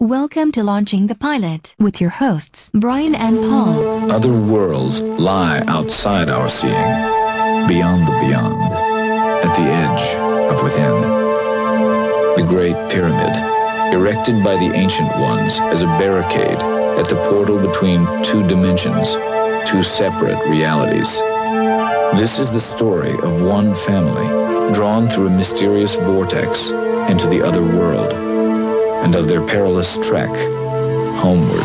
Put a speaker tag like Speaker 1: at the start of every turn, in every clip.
Speaker 1: Welcome to Launching the Pilot with your hosts, Brian and Paul.
Speaker 2: Other worlds lie outside our seeing, beyond the beyond, at the edge of within. The Great Pyramid, erected by the Ancient Ones as a barricade at the portal between two dimensions, two separate realities. This is the story of one family drawn through a mysterious vortex into the other world and of their perilous trek homeward.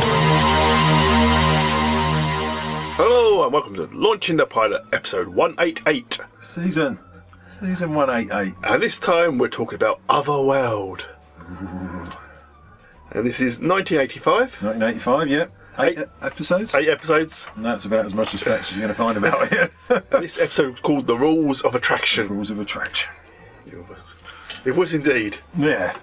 Speaker 3: Hello and welcome to Launching the Pilot, episode 188.
Speaker 4: Season. Season 188.
Speaker 3: And this time we're talking about Otherworld. And this is 1985,
Speaker 4: 1985, yeah.
Speaker 3: Eight.
Speaker 4: Eight, e- episodes?
Speaker 3: eight episodes.
Speaker 4: And that's about as much as facts as you're going to find about it.
Speaker 3: And this episode was called The Rules of Attraction.
Speaker 4: Rules of attraction.
Speaker 3: It was indeed.
Speaker 4: Yeah.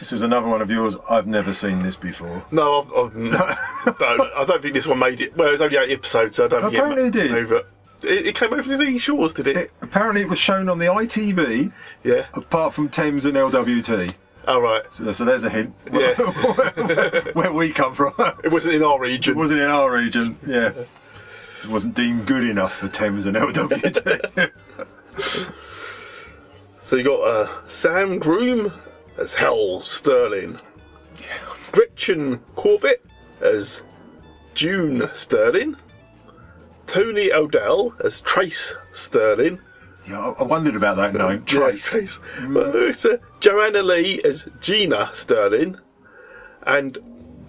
Speaker 4: This was another one of yours. I've never seen this before.
Speaker 3: No, I've, I've, no, I don't think this one made it. Well, it was only eight episodes, so I don't think
Speaker 4: Apparently
Speaker 3: it
Speaker 4: it did.
Speaker 3: Over. It, it came over the thing shores, did it?
Speaker 4: It, apparently, it was shown on the ITV
Speaker 3: Yeah.
Speaker 4: apart from Thames and LWT.
Speaker 3: All right.
Speaker 4: So, so there's a hint
Speaker 3: Yeah.
Speaker 4: where we come from.
Speaker 3: It wasn't in our
Speaker 4: it
Speaker 3: region.
Speaker 4: wasn't in our region. Yeah. It wasn't deemed good enough for Thames and LWT.
Speaker 3: So you got uh, Sam Groom as Hal Sterling, Gretchen Corbett as June Sterling, Tony O'Dell as Trace Sterling,
Speaker 4: yeah, I, I wondered about that name. Trace.
Speaker 3: Yeah, Trace. Well, it's, uh, Joanna Lee as Gina Sterling, and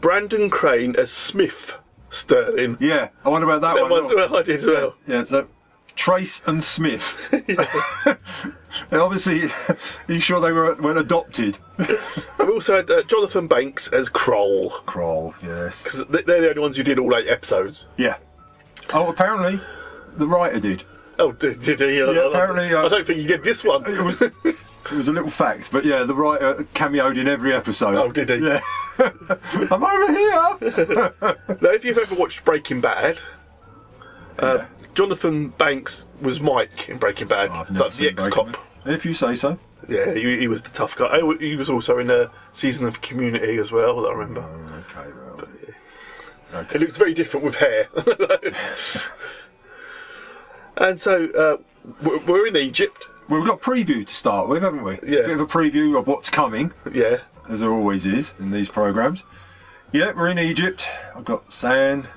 Speaker 3: Brandon Crane as Smith Sterling.
Speaker 4: Yeah, I wonder about that,
Speaker 3: That
Speaker 4: one.
Speaker 3: one's well, I did as well.
Speaker 4: Yeah, so Trace and Smith. And obviously, are you sure they were weren't adopted?
Speaker 3: I've also had uh, Jonathan Banks as Kroll.
Speaker 4: Crawl, yes.
Speaker 3: 'Cause they- They're the only ones who did all eight episodes.
Speaker 4: Yeah. Oh, apparently, the writer did.
Speaker 3: Oh, did, did he?
Speaker 4: Yeah, apparently, uh,
Speaker 3: I don't think he did this one.
Speaker 4: It was it was a little fact, but yeah, the writer cameoed in every episode.
Speaker 3: Oh, did he?
Speaker 4: Yeah. I'm over here.
Speaker 3: now, if you've ever watched Breaking Bad, uh, Jonathan Banks was Mike in Breaking Bad.
Speaker 4: Oh, I've never
Speaker 3: That's the
Speaker 4: seen Breaking
Speaker 3: ex-cop.
Speaker 4: Bad. If you say so.
Speaker 3: Yeah, he, he was the tough guy. Oh, He was also in a season of Community as well. I remember.
Speaker 4: Okay, well.
Speaker 3: It looks very different with hair. and so uh, we're- we're in Egypt.
Speaker 4: Well, we've got a preview to start with, haven't we?
Speaker 3: Yeah.
Speaker 4: Bit of a preview of what's coming.
Speaker 3: Yeah,
Speaker 4: as there always is in these programs. Yeah, we're in Egypt. I've got sand,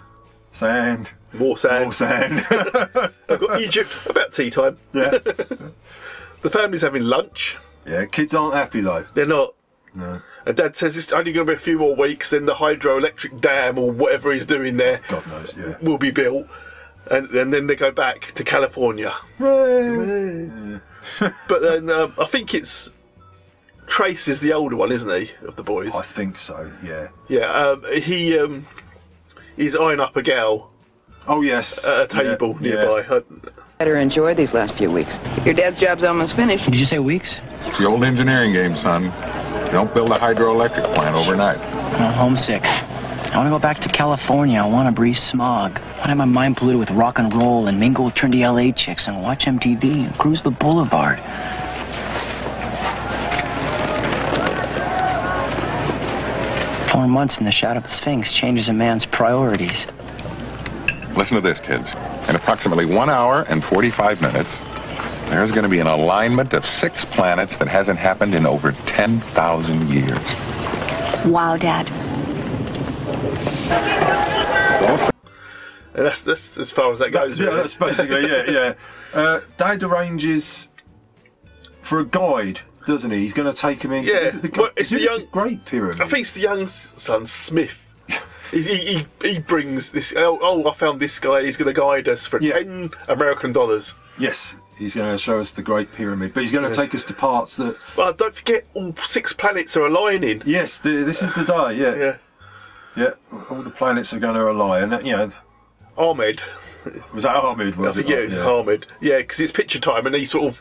Speaker 4: sand,
Speaker 3: more sand.
Speaker 4: more sand.
Speaker 3: I've got Egypt about tea time.
Speaker 4: yeah,
Speaker 3: The family's having lunch.
Speaker 4: yeah. Kids aren't happy though.
Speaker 3: They're not.
Speaker 4: No.
Speaker 3: And Uh, Dad says it's only going to be a few more weeks, then the hydroelectric dam or whatever he's doing there
Speaker 4: God knows. Yeah.
Speaker 3: will be built. And, and then they go back to California.
Speaker 4: Yay.
Speaker 3: But then um, I think it's. Trace is the older one, isn't he, of the boys?
Speaker 4: I think so. Yeah.
Speaker 3: Yeah, um, he um, he's eyeing up a gal
Speaker 4: Oh yes.
Speaker 3: at a table
Speaker 4: yeah,
Speaker 3: nearby.
Speaker 4: Yeah.
Speaker 3: Uh,
Speaker 5: Better enjoy these last few weeks. Your dad's job's almost finished.
Speaker 6: Did you say weeks?
Speaker 7: It's the old engineering game, son. You don't build a hydroelectric plant overnight.
Speaker 6: I'm homesick. I want to go back to California. I want to breathe smog. I want to have my mind polluted with rock and roll and mingle with trendy LA chicks and watch MTV and cruise the boulevard. Four months in the shadow of the Sphinx changes a man's priorities.
Speaker 7: Listen to this, kids. In approximately one hour and 45 minutes, there's going to be an alignment of six planets that hasn't happened in over 10,000 years.
Speaker 8: Wow, Dad.
Speaker 7: It's all
Speaker 3: and that's, that's as far as that goes.
Speaker 4: Yeah,
Speaker 3: really.
Speaker 4: that's basically yeah, yeah. Uh, Dad arranges for a guide, doesn't he? He's going to take him in.
Speaker 3: Yeah,
Speaker 4: is it
Speaker 3: well, it's
Speaker 4: is
Speaker 3: the
Speaker 4: it
Speaker 3: young-
Speaker 4: Great Pyramid.
Speaker 3: I think it's the young s- son, Smith. He, he, he- he brings this. Oh, oh, I found this guy. He's going to guide us for
Speaker 4: Yeah.
Speaker 3: 10 American dollars.
Speaker 4: Yes, he's going to show us the Great Pyramid, but he's going to take us to parts that.
Speaker 3: But don't forget, all six planets are aligning.
Speaker 4: Yes, the, this is the day.
Speaker 3: Yeah.
Speaker 4: Yeah, all the planets are going to align. And that, you know,
Speaker 3: Ahmed.
Speaker 4: was that Ahmed?
Speaker 3: I
Speaker 4: Was
Speaker 3: think
Speaker 4: it?
Speaker 3: yeah, it's Ahmed. Yeah, because it's picture time and he sort of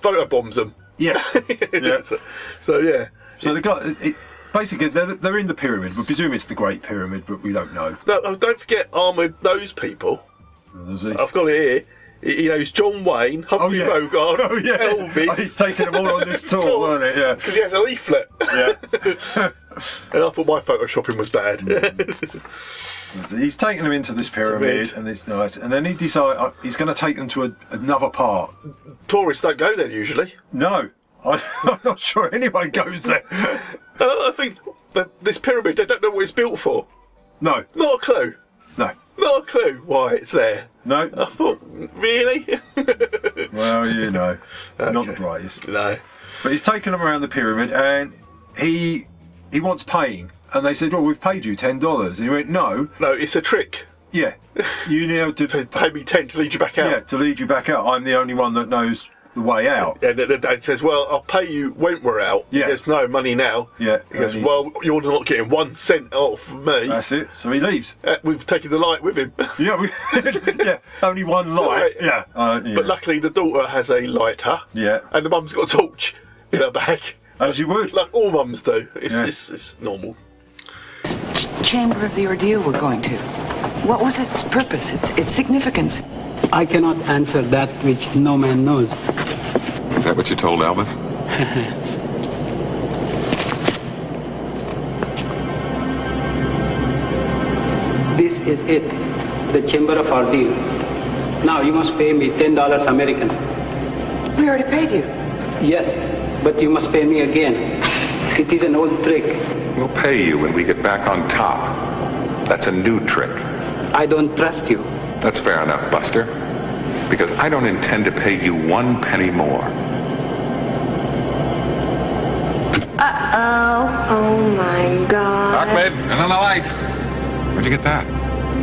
Speaker 3: photobombs them.
Speaker 4: Yes. yeah.
Speaker 3: so, so, yeah.
Speaker 4: So they got it, basically they're, they're in the pyramid. We presume it's the Great Pyramid, but we don't know.
Speaker 3: No, oh, don't forget, Ahmed knows people.
Speaker 4: Does he?
Speaker 3: I've got it here. He he knows John Wayne, Humphrey
Speaker 4: yeah.
Speaker 3: Bogart,
Speaker 4: Oh yeah,
Speaker 3: Elvis.
Speaker 4: he's taking them all on this tour, weren't it? Yeah.
Speaker 3: Because he has a leaflet.
Speaker 4: yeah.
Speaker 3: And I thought my photoshopping was bad.
Speaker 4: Hmm. He's taking them into this pyramid,
Speaker 3: Pyramid.
Speaker 4: and it's nice. And then he decide uh, he's going to take them to a, another part.
Speaker 3: Tourists don't go there usually.
Speaker 4: No, I, I'm not sure anyone goes there.
Speaker 3: And I think that this pyramid, they don't know what it's built for.
Speaker 4: No,
Speaker 3: Not a clue.
Speaker 4: no,
Speaker 3: Not a clue why it's there. I
Speaker 4: no.
Speaker 3: thought, really?
Speaker 4: Well, you know, not the brightest.
Speaker 3: no.
Speaker 4: But he's taken them around the pyramid, and he he wants paying. And they said, "Well, we've paid you ten dollars." And he went, "No,
Speaker 3: No, it's a trick.
Speaker 4: yeah, you now to
Speaker 3: Pay me 10 to lead you back out.
Speaker 4: yeah to lead you back out. I'm the only one that knows the way out."
Speaker 3: And the, the dad says, Well, I'll pay you when we're out.
Speaker 4: Yeah.
Speaker 3: There's no money now.
Speaker 4: Yeah,
Speaker 3: He goes,
Speaker 4: and he's-
Speaker 3: Well, you're not getting one cent off me.
Speaker 4: That's it. So he leaves.
Speaker 3: Uh, we've taken the light with him.
Speaker 4: Yeah, we, yeah. Only one light.
Speaker 3: Right.
Speaker 4: Yeah. Uh, yeah.
Speaker 3: But luckily, the daughter has a lighter.
Speaker 4: Yeah.
Speaker 3: And the mum's got a torch in her bag.
Speaker 4: As you would.
Speaker 3: Like all mums do. It's,
Speaker 4: Yeah.
Speaker 3: it's, it's normal.
Speaker 5: Chamber of the ordeal we're going to. What was its purpose? Its its significance?
Speaker 9: I cannot answer that which no man knows.
Speaker 7: Is that what you told Elvis?
Speaker 9: This is it, the chamber of ordeal. Now you must pay me ten dollars American.
Speaker 5: We already paid you.
Speaker 9: Yes, but you must pay me again. It is an old trick.
Speaker 7: We'll pay you when we get back on top. That's a new trick.
Speaker 9: I don't trust you.
Speaker 7: That's fair enough, Buster. Because I don't intend to pay you one penny more.
Speaker 8: Uh oh. Oh my god.
Speaker 7: Ahmed, and on the light. Where'd you get that?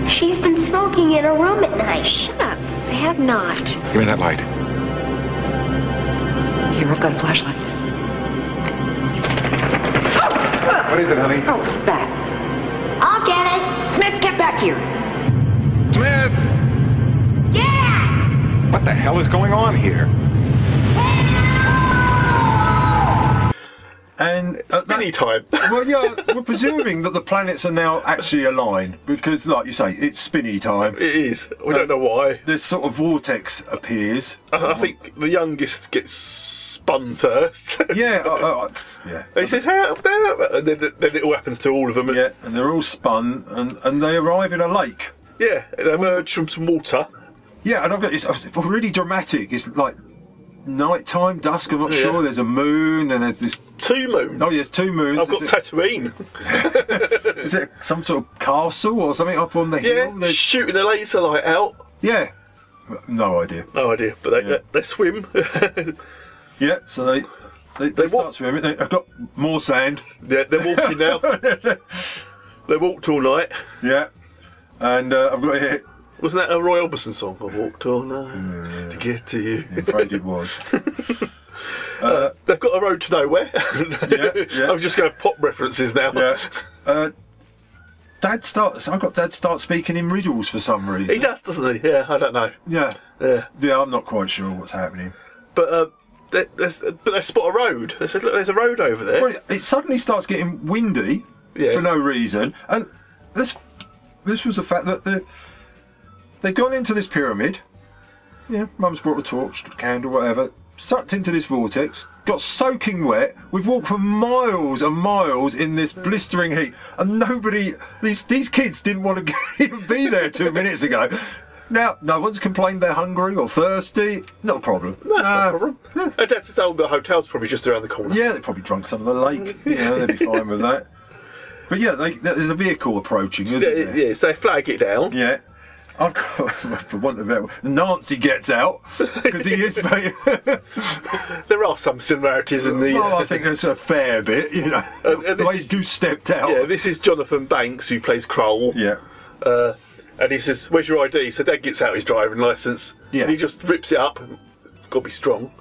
Speaker 8: She's been smoking in her room at night. Shut up. I have not.
Speaker 7: Give me that light.
Speaker 5: Here, I've got a flashlight.
Speaker 7: What is it, honey?
Speaker 5: Oh, it's back.
Speaker 8: I'll get it.
Speaker 5: Smith, get back here.
Speaker 7: Smith!
Speaker 8: Yeah!
Speaker 7: What the hell is going on here?
Speaker 4: And at Uh, that-
Speaker 3: Spinny time.
Speaker 4: well, yeah, we're presuming that the planets are now actually aligned because, like you say, it's spinny time.
Speaker 3: it is. We
Speaker 4: Uh,
Speaker 3: don't know why.
Speaker 4: This sort of vortex appears.
Speaker 3: I I think the youngest gets spun first.
Speaker 4: Yeah, uh, uh, yeah,
Speaker 3: He says, "How?" And then, then it all happens to all of them.
Speaker 4: yeah. And they're all spun, and, and they arrive in a lake.
Speaker 3: Yeah, They emerge from some water.
Speaker 4: Yeah, and I've got it's, it's really dramatic. It's like nighttime, dusk. I'm not
Speaker 3: Yeah.
Speaker 4: sure. There's a moon, and there's this.
Speaker 3: Two moons.
Speaker 4: Oh, there's two moons.
Speaker 3: I've got
Speaker 4: Is it-
Speaker 3: Tatooine.
Speaker 4: Is it some sort of castle or something up on the
Speaker 3: Yeah,
Speaker 4: hill? There's-
Speaker 3: shooting a laser light out.
Speaker 4: yeah. No idea.
Speaker 3: No idea, but they,
Speaker 4: Yeah.
Speaker 3: they, they swim. they're,
Speaker 4: Yeah, so they they, they,
Speaker 3: They
Speaker 4: start
Speaker 3: walk-
Speaker 4: swimming. They, have got more sand.
Speaker 3: they're walking now. they walked all night.
Speaker 4: Yeah, and uh, I've got here.
Speaker 3: Wasn't that a Roy Orbison song? I walked all night to get to you.
Speaker 4: I'm afraid it was.
Speaker 3: They've got a road to nowhere.
Speaker 4: Yeah, yeah.
Speaker 3: I'm just going to pop references now.
Speaker 4: Yeah. Uh, Dad starts. I've got Dad start speaking in riddles for some reason.
Speaker 3: He does, doesn't he? Yeah, I don't know.
Speaker 4: Yeah,
Speaker 3: Yeah.
Speaker 4: yeah. I'm not quite sure what's happening.
Speaker 3: But uh, they, there's, but they spot a road. They said, look, there's a road over there.
Speaker 4: Well, it, it suddenly starts getting windy
Speaker 3: Yeah.
Speaker 4: for no reason, and this this was the fact that the they've gone into this pyramid. Yeah, Mum's brought a torch, candle, whatever. Sucked into this vortex, got soaking wet. We've walked for miles and miles in this blistering heat, and nobody these these kids didn't want to even be there two minutes ago. Now, no one's complained they're hungry or thirsty. Not a problem.
Speaker 3: That's
Speaker 4: Uh,
Speaker 3: not a
Speaker 4: Nah.
Speaker 3: problem. And Dad says, oh, the hotel's probably just around the corner.
Speaker 4: Yeah, they probably drunk some of the lake. yeah, they'd be fine with that. But yeah, they, there's a vehicle approaching,
Speaker 3: Yeah,
Speaker 4: isn't
Speaker 3: yeah,
Speaker 4: there?
Speaker 3: yeah, so they flag it down.
Speaker 4: Yeah. I've got, for want of a better Nancy gets out because he is. mate.
Speaker 3: There are some similarities in the. uh,
Speaker 4: well, oh, I think that's a fair bit, you know.
Speaker 3: And- and
Speaker 4: the
Speaker 3: this
Speaker 4: way
Speaker 3: is-
Speaker 4: you stepped out.
Speaker 3: yeah, this is Jonathan Banks who plays Kroll.
Speaker 4: yeah.
Speaker 3: Uh, and he says, Where's your ID? So Dad gets out his driving license.
Speaker 4: Yeah. Mm.
Speaker 3: And he just rips it up. It's got to be strong.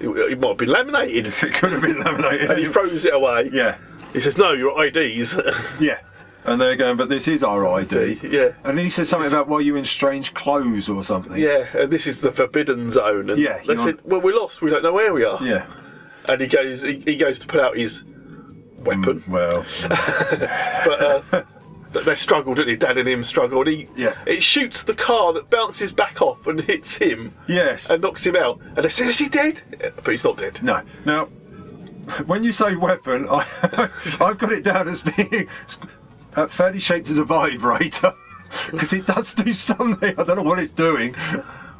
Speaker 3: It, it might have been laminated.
Speaker 4: It could have been
Speaker 3: and he
Speaker 4: laminated.
Speaker 3: throws it away.
Speaker 4: yeah,
Speaker 3: He says, No, your ID's.
Speaker 4: yeah. And they're going, but this is our ID.
Speaker 3: Yeah.
Speaker 4: And he says something about why you in strange clothes or something.
Speaker 3: yeah, and this is the forbidden zone. And
Speaker 4: Yeah,
Speaker 3: They
Speaker 4: you're-
Speaker 3: said, Well, we're lost. We don't know where we are.
Speaker 4: Yeah.
Speaker 3: And he goes, he, he goes to pull out his weapon.
Speaker 4: Well,
Speaker 3: But They struggled, didn't he? Dad and him struggled. He,
Speaker 4: Yeah.
Speaker 3: It shoots the car that bounces back off and hits him.
Speaker 4: yes.
Speaker 3: and knocks him out. And they say, Is he dead? But he's not dead.
Speaker 4: No. Now, when you say weapon, I, I've got it down as being uh, fairly shaped as a vibrator because it does do something. I don't know what it's doing.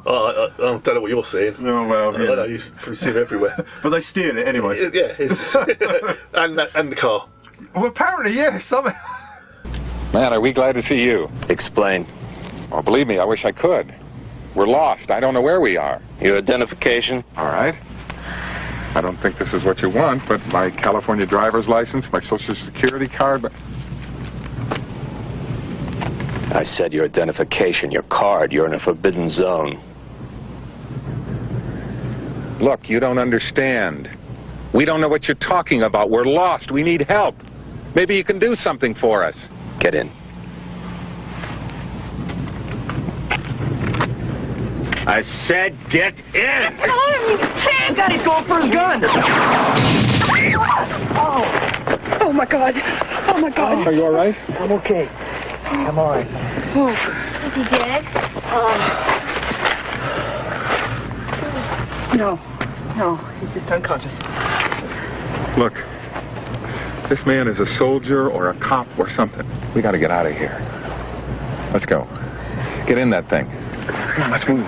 Speaker 3: Oh, I, I, I don't know what you're seeing.
Speaker 4: Oh well,
Speaker 3: I don't know, you probably see them everywhere.
Speaker 4: but they steal it anyway.
Speaker 3: yeah, it's- and that, and the car.
Speaker 4: Well, apparently, yeah. Somehow.
Speaker 7: Man, are we glad to see you.
Speaker 10: Explain.
Speaker 7: Oh, believe me, I wish I could. We're lost. I don't know where we are.
Speaker 10: Your identification?
Speaker 7: All right. I don't think this is what you want, but my California driver's license, my social security card, but
Speaker 10: I said your identification, your card. You're in a forbidden zone.
Speaker 7: look, you don't understand. We don't know what you're talking about. We're lost. We need help. Maybe you can do something for us.
Speaker 10: Get in. I said get in!
Speaker 6: God, he's going for his gun.
Speaker 5: Oh my God. Oh my God.
Speaker 7: Are you all right?
Speaker 6: I'm okay. I'm all right.
Speaker 8: Is he dead?
Speaker 5: Um, No. No, he's just unconscious.
Speaker 7: Look, this man is a soldier or a cop or something. We got to get out of here. Let's go. Get in that thing. Come on, let's move.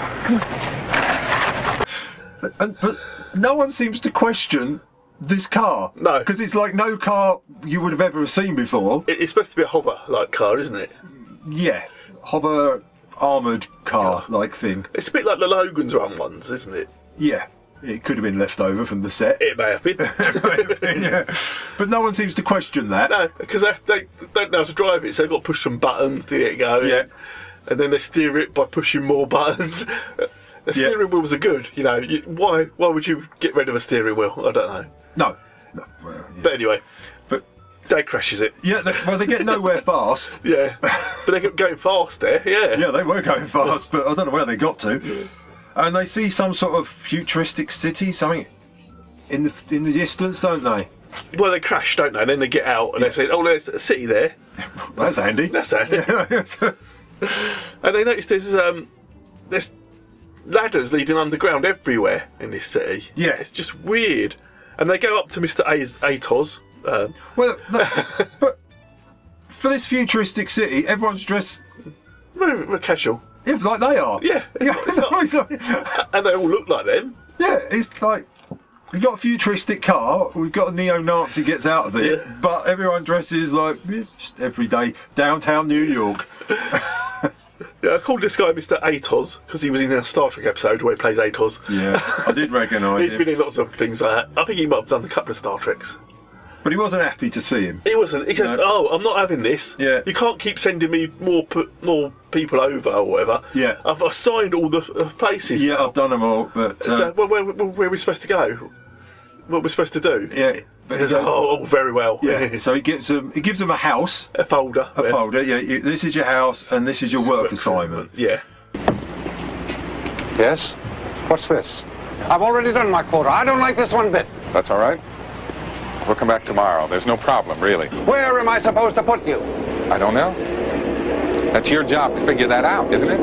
Speaker 4: And, but no one seems to question this car.
Speaker 3: No.
Speaker 4: because it's like no car you would have ever seen before.
Speaker 3: It, it's supposed to be a hover like car, isn't it?
Speaker 4: Yeah, hover armored car like thing.
Speaker 3: It's a bit like the Logan's run ones, isn't it?
Speaker 4: Yeah, it could have been left over from the set.
Speaker 3: It may have been.
Speaker 4: yeah. But no one seems to question that.
Speaker 3: no, because they, they don't know how to drive it, so they've got to push some buttons to get it going.
Speaker 4: Yeah.
Speaker 3: And then they steer it by pushing more buttons. The
Speaker 4: Yeah.
Speaker 3: steering wheels are good, you know. You, why why would you get rid of a steering wheel? I don't know.
Speaker 4: No. no. Well, yeah.
Speaker 3: But anyway,
Speaker 4: But-
Speaker 3: they crashes it.
Speaker 4: yeah, they, well, they get nowhere fast.
Speaker 3: Yeah. but they kept going fast there, yeah.
Speaker 4: Yeah, they were going fast, but I don't know where they got to. And they see some sort of futuristic city, something in the in the distance, don't they?
Speaker 3: Well, they crash, don't they? And then they get out and they say, oh, there's a city there.
Speaker 4: That's handy.
Speaker 3: That's it. And they notice there's um there's ladders leading underground everywhere in this city.
Speaker 4: Yeah.
Speaker 3: it's just weird. And they go up to Mister A- Atos. Um,
Speaker 4: well, no, but for this futuristic city, everyone's dressed
Speaker 3: very, very casual.
Speaker 4: yeah, like they are.
Speaker 3: Yeah, it's
Speaker 4: yeah,
Speaker 3: not- it's not-
Speaker 4: it's like-
Speaker 3: And they all look like them.
Speaker 4: Yeah, it's like we've got a futuristic car, we've got a neo-Nazi gets out of it,
Speaker 3: Yeah.
Speaker 4: but everyone dresses like yeah, just everyday downtown New York.
Speaker 3: Yeah, I called this guy Mister Atos because he was in a Star Trek episode where he plays Atos.
Speaker 4: Yeah, I did recognise
Speaker 3: He's been
Speaker 4: him,
Speaker 3: in lots of things like that. I think he might have done a couple of Star Treks.
Speaker 4: but he wasn't happy to see him.
Speaker 3: He wasn't. He says,
Speaker 4: No.
Speaker 3: "Oh, I'm not having this.
Speaker 4: Yeah.
Speaker 3: you can't keep sending me more p- more people over or whatever.
Speaker 4: Yeah.
Speaker 3: I've assigned all the uh, places.
Speaker 4: Yeah, I've done them all, but uh,
Speaker 3: So, well, where, where, where are we supposed to go? What are we supposed to do?
Speaker 4: yeah, but
Speaker 3: He goes, oh, oh, very well.
Speaker 4: yeah. So he gives them he gives them a house,
Speaker 3: a folder.
Speaker 4: a
Speaker 3: yeah.
Speaker 4: folder. Yeah, you, this is your house, and this is your work assignment.
Speaker 3: Yeah.
Speaker 11: Yes? What's this? I've already done my quota. I don't like this one bit.
Speaker 7: That's all right? We'll come back tomorrow. There's no problem, really.
Speaker 11: Where am I supposed to put you?
Speaker 7: I don't know. That's your job to figure that out, isn't it?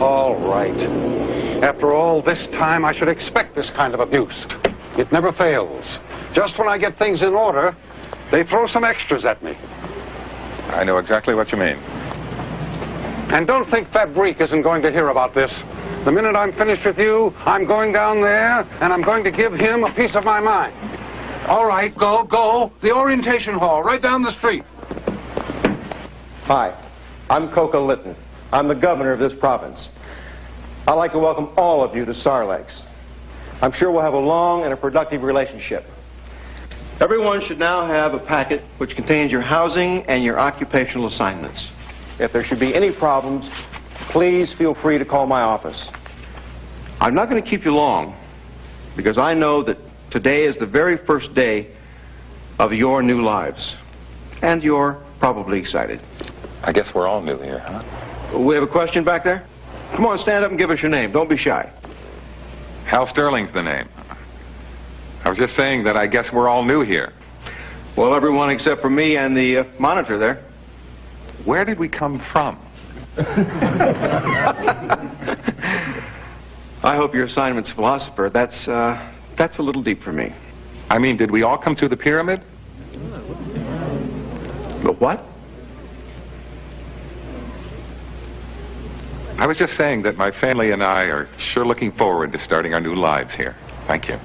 Speaker 11: All right. After all this time, I should expect this kind of abuse. It never fails. Just when I get things in order, they throw some extras at me.
Speaker 7: I know exactly what you mean.
Speaker 11: And don't think Fabrique isn't going to hear about this. The minute I'm finished with you, I'm going down there and I'm going to give him a piece of my mind. All right, go, go. The orientation hall, right down the street.
Speaker 10: Hi, I'm Coca Litton. I'm the governor of this province. I'd like to welcome all of you to Sarlax. I'm sure we'll have a long and a productive relationship. Everyone should now have a packet which contains your housing and your occupational assignments. If there should be any problems, please feel free to call my office. I'm not going to keep you long because I know that today is the very first day of your new lives. And you're probably excited.
Speaker 7: I guess we're all new here, huh?
Speaker 10: We have a question back there? Come on, stand up and give us your name. Don't be shy.
Speaker 7: Hal Sterling's the name. I was just saying that I guess we're all new here.
Speaker 10: Well, everyone except for me and the uh, monitor there.
Speaker 7: Where did we come from?
Speaker 10: I hope your assignment's philosopher. That's, uh,
Speaker 11: That's a little deep for me.
Speaker 7: I mean, did we all come through the pyramid?
Speaker 11: The what?
Speaker 7: I was just saying that my family and I are sure looking forward to starting our new lives here. Thank you.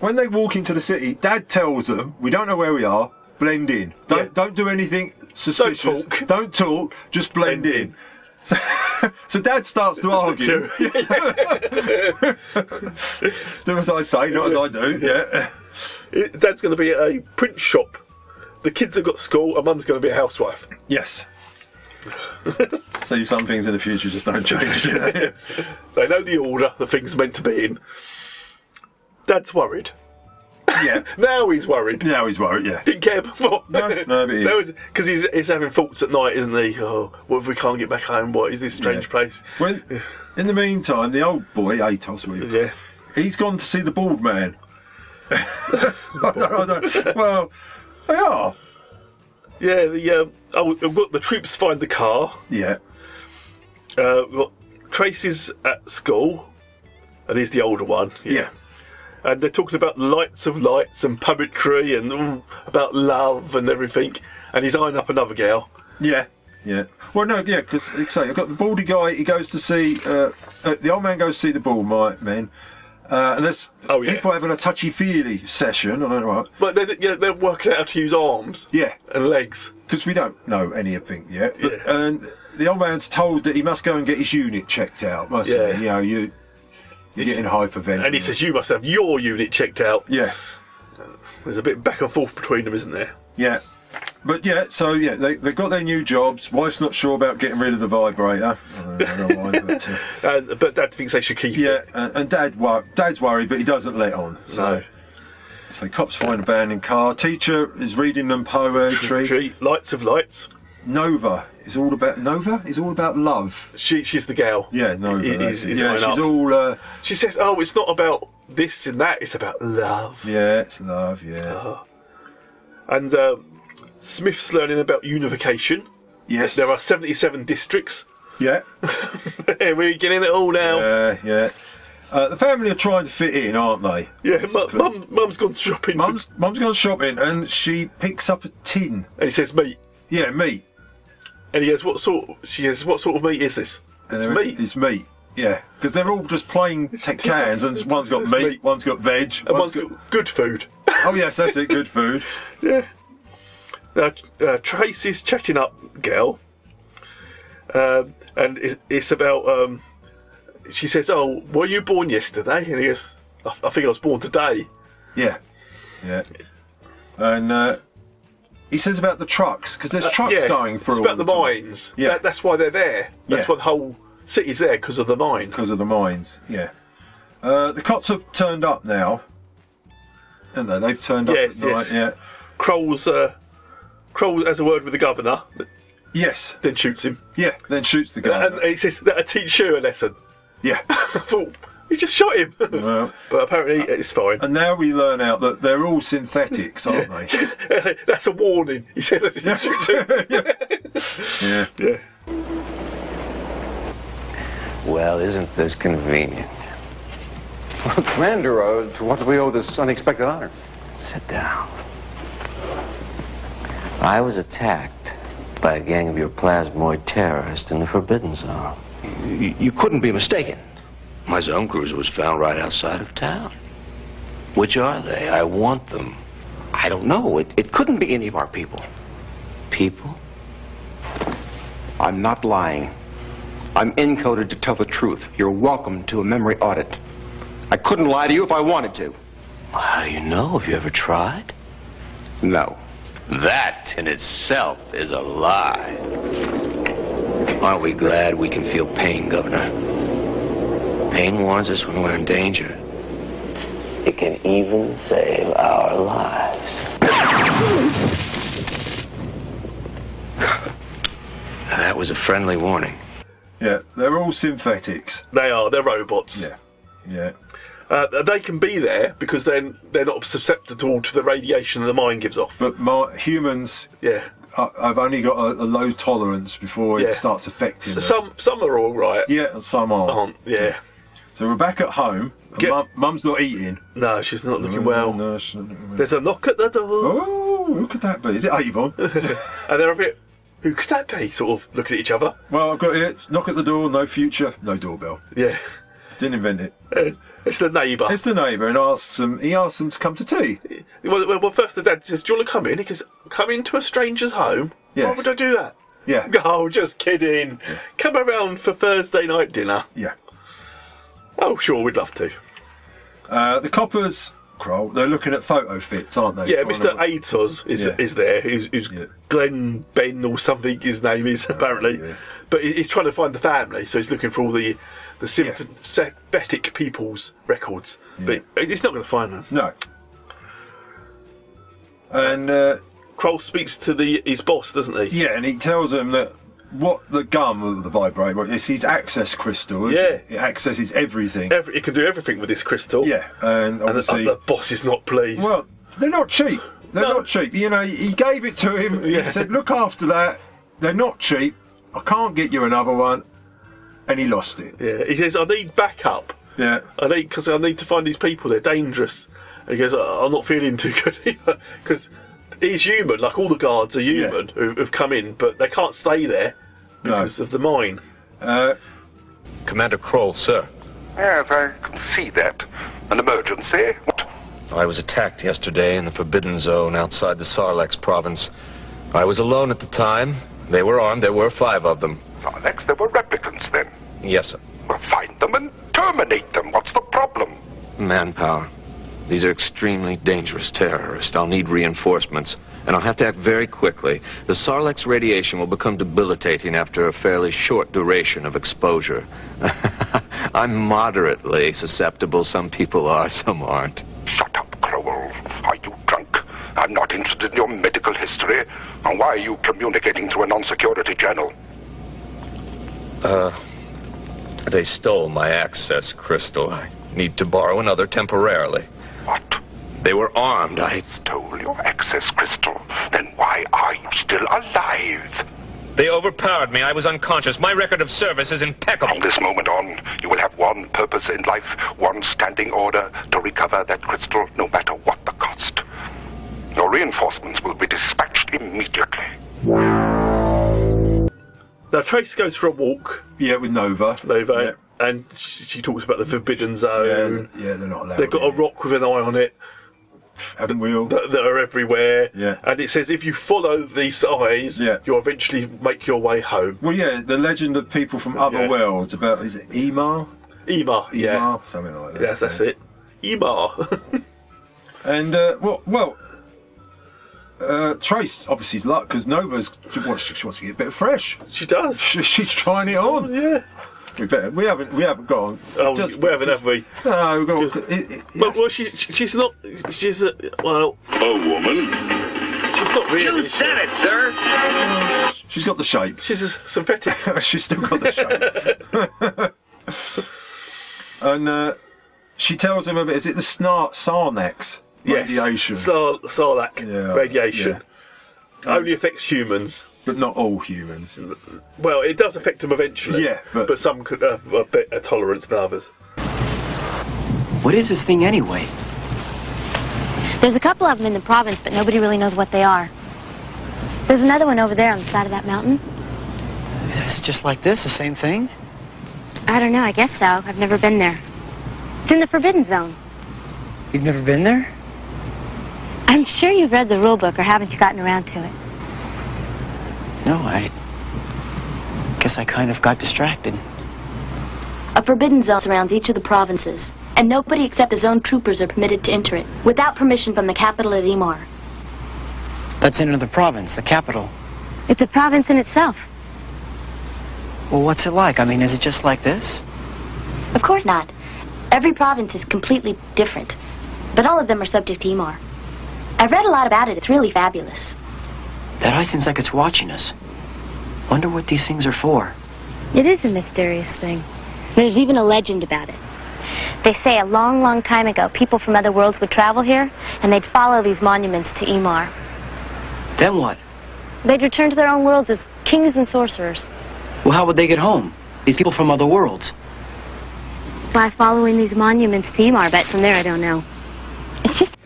Speaker 4: When they walk into the city, Dad tells them, "We don't know where we are. Blend in. Don't don't do anything suspicious. Don't talk. Just blend, in." So, so Dad starts to argue. do as I say, not as I do. Yeah.
Speaker 3: It- Dad's going to be at a print shop. The kids have got school, and Mum's going to be a housewife.
Speaker 4: Yes. so some things in the future just don't change.
Speaker 3: they know the order the thing's meant to be in. Dad's worried.
Speaker 4: Yeah.
Speaker 3: now he's worried.
Speaker 4: Now he's worried, yeah.
Speaker 3: Didn't care before. No,
Speaker 4: no, but he-
Speaker 3: Because he's, he's having thoughts at night, isn't he? Oh, what if we can't get back home? What is this strange place?
Speaker 4: Well, in the meantime, the old boy Atos, we
Speaker 3: yeah,
Speaker 4: he's gone to see the bald man. I don't- I don't- well, they are.
Speaker 3: Yeah, the, um, oh, we've got the troops find the car.
Speaker 4: Yeah.
Speaker 3: Uh, we've got Tracy's at school, and he's the older one.
Speaker 4: Yeah.
Speaker 3: And they're talking about lights of lights and poetry and ooh, about love and everything. And he's eyeing up another girl.
Speaker 4: Yeah. Yeah. Well, no, yeah, because like I say, I've got the baldy guy. He goes to see uh, uh, the old man. Goes to see the bald mi- man. Uh, and there's
Speaker 3: Oh,
Speaker 4: people having a touchy feely session. I don't know what.
Speaker 3: But they're, yeah, they're working out how to use arms.
Speaker 4: Yeah.
Speaker 3: And legs.
Speaker 4: Because we don't know anything yet. But, And the old man's told that he must go and get his unit checked out, mustn't
Speaker 3: Yeah.
Speaker 4: he? You know, you, you're
Speaker 3: He's-
Speaker 4: getting hyperventilating.
Speaker 3: And he says, You must have your unit checked out.
Speaker 4: Yeah.
Speaker 3: There's a bit back and forth between them, isn't there?
Speaker 4: Yeah. But yeah, so yeah, they, they've got their new jobs. Wife's not sure about getting rid of the vibrator. I don't know why, but, uh,
Speaker 3: And, but Dad thinks they should keep
Speaker 4: yeah, uh, and, and Dad wor- Dad's worried, but he doesn't let on. So, so cops find a abandoned car. Teacher is reading them poetry.
Speaker 3: Lights of lights.
Speaker 4: Nova is all about Nova is all about love.
Speaker 3: She she's the gal.
Speaker 4: Yeah, Nova.
Speaker 3: He-
Speaker 4: that's
Speaker 3: he's-
Speaker 4: it.
Speaker 3: he's
Speaker 4: yeah,
Speaker 3: lining
Speaker 4: she's
Speaker 3: up.
Speaker 4: all. Uh,
Speaker 3: She says, Oh, it's not about this and that, it's about love.
Speaker 4: yeah, it's love. Yeah.
Speaker 3: Uh-huh. And um, Smith's learning about unification.
Speaker 4: Yes.
Speaker 3: There are 77 districts.
Speaker 4: Yeah.
Speaker 3: We're getting it all now.
Speaker 4: Yeah, yeah. Uh, the family are trying to fit in, aren't they?
Speaker 3: Yeah, mu- mum, mum's gone shopping.
Speaker 4: Mum's mum's gone shopping, and she picks up a tin.
Speaker 3: And he says, meat.
Speaker 4: Yeah, meat.
Speaker 3: And he goes, What sort? She says, What sort of meat is this?
Speaker 4: And
Speaker 3: It's
Speaker 4: they're-
Speaker 3: meat.
Speaker 4: It's meat. Yeah, because they're all just plain t- cans, and one's got
Speaker 3: It's
Speaker 4: meat,
Speaker 3: meat.
Speaker 4: one's got veg,
Speaker 3: And one's got good food.
Speaker 4: oh yes, that's it. Good food.
Speaker 3: Yeah. Now, uh, Tracy's chatting up Gail, um, and it, it's about. Um, she says, "Oh, were you born yesterday?" And he goes, "I, I think I was born today."
Speaker 4: Yeah, yeah. And uh, he says about the trucks because there's
Speaker 3: Uh,
Speaker 4: trucks
Speaker 3: yeah,
Speaker 4: going through.
Speaker 3: It's about the, mines.
Speaker 4: Yeah.
Speaker 3: That- that's why they're there. That's
Speaker 4: Yeah.
Speaker 3: why the whole city's there because of the mine.
Speaker 4: because of the mines. Yeah. Uh, the cots have turned up now, and they? they've turned up.
Speaker 3: Yes,
Speaker 4: at night,
Speaker 3: yes.
Speaker 4: Yeah.
Speaker 3: Kroll's, uh, Kroll has a word with the governor.
Speaker 4: Yes.
Speaker 3: Then shoots him.
Speaker 4: Yeah. Then shoots the guy.
Speaker 3: And he says, "That'll teach you a lesson."
Speaker 4: Yeah.
Speaker 3: I thought he just shot him.
Speaker 4: Well,
Speaker 3: but apparently, it's fine.
Speaker 4: and now we learn out that they're all synthetics, aren't they?
Speaker 3: That's a warning. He says as he shoots him.
Speaker 4: yeah.
Speaker 3: Yeah.
Speaker 11: Well, isn't this convenient?
Speaker 10: Well, Commander, uh, to what do we owe this unexpected honor?
Speaker 6: Sit down.
Speaker 12: I was attacked by a gang of your plasmoid terrorists in the Forbidden Zone.
Speaker 6: You, you couldn't be mistaken.
Speaker 12: My zone cruiser was found right outside of town. Which are they? I want them.
Speaker 6: I don't know. It, it couldn't be any of our people.
Speaker 12: People?
Speaker 10: I'm not lying. I'm encoded to tell the truth. You're welcome to a memory audit. I couldn't lie to you if I wanted to.
Speaker 12: Well, how do you know? Have you ever tried?
Speaker 10: No.
Speaker 12: That in itself is a lie. Aren't we glad we can feel pain, Governor? Pain warns us when we're in danger. It can even save our lives. that was a friendly warning.
Speaker 4: Yeah. They're all synthetics.
Speaker 3: They are. They're robots.
Speaker 4: Yeah. Yeah.
Speaker 3: Uh, they can be there because then they're not susceptible to the radiation that the mine gives off.
Speaker 4: But my, humans,
Speaker 3: Yeah.
Speaker 4: I, I've only got a, a low tolerance before
Speaker 3: Yeah.
Speaker 4: it starts affecting
Speaker 3: S-
Speaker 4: them.
Speaker 3: some some are all right.
Speaker 4: yeah, and some aren't.
Speaker 3: Aren't. Yeah.
Speaker 4: So we're back at home. and Mum, mum's not eating. Mm,
Speaker 3: No, she's not looking well.
Speaker 4: No, she's not looking well.
Speaker 3: There's a knock at the door.
Speaker 4: Oh, who could that be? Is it Avon?
Speaker 3: and they're a bit, who could that be? Sort of looking at each other.
Speaker 4: Well, I've got it. Knock at the door. No future. No doorbell.
Speaker 3: Yeah.
Speaker 4: Didn't invent it.
Speaker 3: It's the neighbour.
Speaker 4: It's the neighbour, and asks them. He asks them to come to tea.
Speaker 3: Well, well, well, first the dad says, Do you want to come in? He goes, Come into a stranger's home? Why
Speaker 4: Yes.
Speaker 3: would I do that?
Speaker 4: Yeah.
Speaker 3: Oh, just kidding. Come around for Thursday night dinner.
Speaker 4: Yeah.
Speaker 3: Oh, sure, we'd love to.
Speaker 4: Uh, the coppers, Kroll, they're looking at photo fits, aren't they?
Speaker 3: yeah,
Speaker 4: Trying
Speaker 3: Mr.
Speaker 4: to-
Speaker 3: Atos is
Speaker 4: Yeah. Oh,
Speaker 3: is there, who's, who's Glenn Ben or something his name is, apparently. But he- he's trying to find the family, so he's looking for all the, the sympathetic people's records. But he's not going to find them.
Speaker 4: No. And uh,
Speaker 3: Kroll speaks to the his boss, doesn't he?
Speaker 4: Yeah, and he tells them that what the gum or the vibrator is his access crystal. Isn't
Speaker 3: Yeah.
Speaker 4: it? it accesses everything.
Speaker 3: Every, it can do everything with this crystal.
Speaker 4: Yeah,
Speaker 3: And
Speaker 4: and
Speaker 3: the,
Speaker 4: obviously,
Speaker 3: the boss is not pleased.
Speaker 4: well, they're not cheap. They're not cheap. You know, he gave it to him.
Speaker 3: Yeah.
Speaker 4: He said, "Look after that. They're not cheap. I can't get you another one." And he lost it.
Speaker 3: Yeah, he says, I need backup.
Speaker 4: Yeah.
Speaker 3: I need because I need to find these people. They're dangerous. And he goes, "I- I'm not feeling too good either because he's human. Like all the guards are human who, who've come in, but they can't stay there because of the mine.
Speaker 4: Uh,
Speaker 13: Commander Kroll, sir.
Speaker 11: Yes, I can see that. An emergency?
Speaker 13: I was attacked yesterday in the Forbidden Zone outside the Sarlax province. I was alone at the time. They were armed. There were five of them.
Speaker 11: Sarlax, there were replicants then.
Speaker 13: Yes, sir.
Speaker 11: Find them and terminate them. What's the problem?
Speaker 13: Manpower. These are extremely dangerous terrorists. I'll need reinforcements, and I'll have to act very quickly. The Sarlax radiation will become debilitating after a fairly short duration of exposure. I'm moderately susceptible. Some people are, some aren't.
Speaker 11: Crowell, are you drunk? I'm not interested in your medical history. And why are you communicating through a non-security channel?
Speaker 13: Uh, they stole my access crystal. I need to borrow another temporarily. What? They were armed. I
Speaker 11: stole your access crystal. Then why are you still alive?
Speaker 13: They overpowered me. I was unconscious. My record of service is impeccable.
Speaker 11: From this moment on, you will have one purpose in life, one standing order to recover that crystal, no matter what the cost. Your reinforcements will be dispatched immediately.
Speaker 3: Now Trace goes for a walk.
Speaker 4: Yeah, with Nova.
Speaker 3: Nova. And she, she talks about the Forbidden Zone.
Speaker 4: yeah, they're not allowed.
Speaker 3: They've got a rock with an eye on it.
Speaker 4: Haven't we all?
Speaker 3: That, that are everywhere.
Speaker 4: Yeah.
Speaker 3: And it says if you follow these eyes,
Speaker 4: Yeah.
Speaker 3: you'll eventually make your way home.
Speaker 4: Well, yeah, the legend of people from other
Speaker 3: Yeah.
Speaker 4: worlds about is it Emar?
Speaker 3: Emar, yeah.
Speaker 4: Emar, something like that.
Speaker 3: Yeah, that's it. Emar.
Speaker 4: And uh, well, well, uh, Trace obviously is luck because Nova's she wants, she wants to get a bit fresh.
Speaker 3: She does.
Speaker 4: She, she's trying it on.
Speaker 3: yeah.
Speaker 4: We better. We haven't. We haven't got on.
Speaker 3: Oh, we haven't, have we?
Speaker 4: No, we've got. it- it-
Speaker 3: But well, she's she's not. She's a, well. A woman. She's not really. You said it, sir.
Speaker 4: she's got the shape.
Speaker 3: She's a synthetic.
Speaker 4: she's still got the shape. and uh, she tells him about is it the snart Sarnax
Speaker 3: Yes.
Speaker 4: radiation?
Speaker 3: Sar- Sarlacc
Speaker 4: Yeah,
Speaker 3: radiation. Only affects humans.
Speaker 4: But not all humans.
Speaker 3: Well, it does affect them eventually.
Speaker 4: Yeah,
Speaker 3: but, some could have a better tolerance than others.
Speaker 6: What is this thing anyway?
Speaker 8: There's a couple of them in the province, but nobody really knows what they are. There's another one over there on the side of that mountain.
Speaker 6: Is it just like this? The same thing?
Speaker 8: I don't know, I guess so. I've never been there. It's in the Forbidden Zone.
Speaker 6: You've never been there?
Speaker 8: I'm sure you've read the rule book, or haven't you gotten around to it?
Speaker 6: No, I guess I kind of got distracted.
Speaker 14: A forbidden zone surrounds each of the provinces, and nobody except the zone troopers are permitted to enter it without permission from the capital at Imar.
Speaker 6: That's in another province, the capital.
Speaker 8: It's a province in itself.
Speaker 6: Well, what's it like? I mean, is it just like this?
Speaker 14: Of course not. Every province is completely different, but all of them are subject to E Imar. I've read a lot about it. It's really fabulous.
Speaker 6: That eye seems like it's watching us. Wonder what these things are for.
Speaker 8: It is a mysterious thing.
Speaker 14: There's even a legend about it.
Speaker 8: They say a long, long time ago, people from other worlds would travel here, and they'd follow these monuments
Speaker 14: E
Speaker 8: to Emar.
Speaker 6: Then what?
Speaker 8: They'd return to their own worlds as kings and sorcerers.
Speaker 6: Well, how would they get home? These people from other worlds.
Speaker 8: By following these monuments to Emar, but from there I don't know. It's just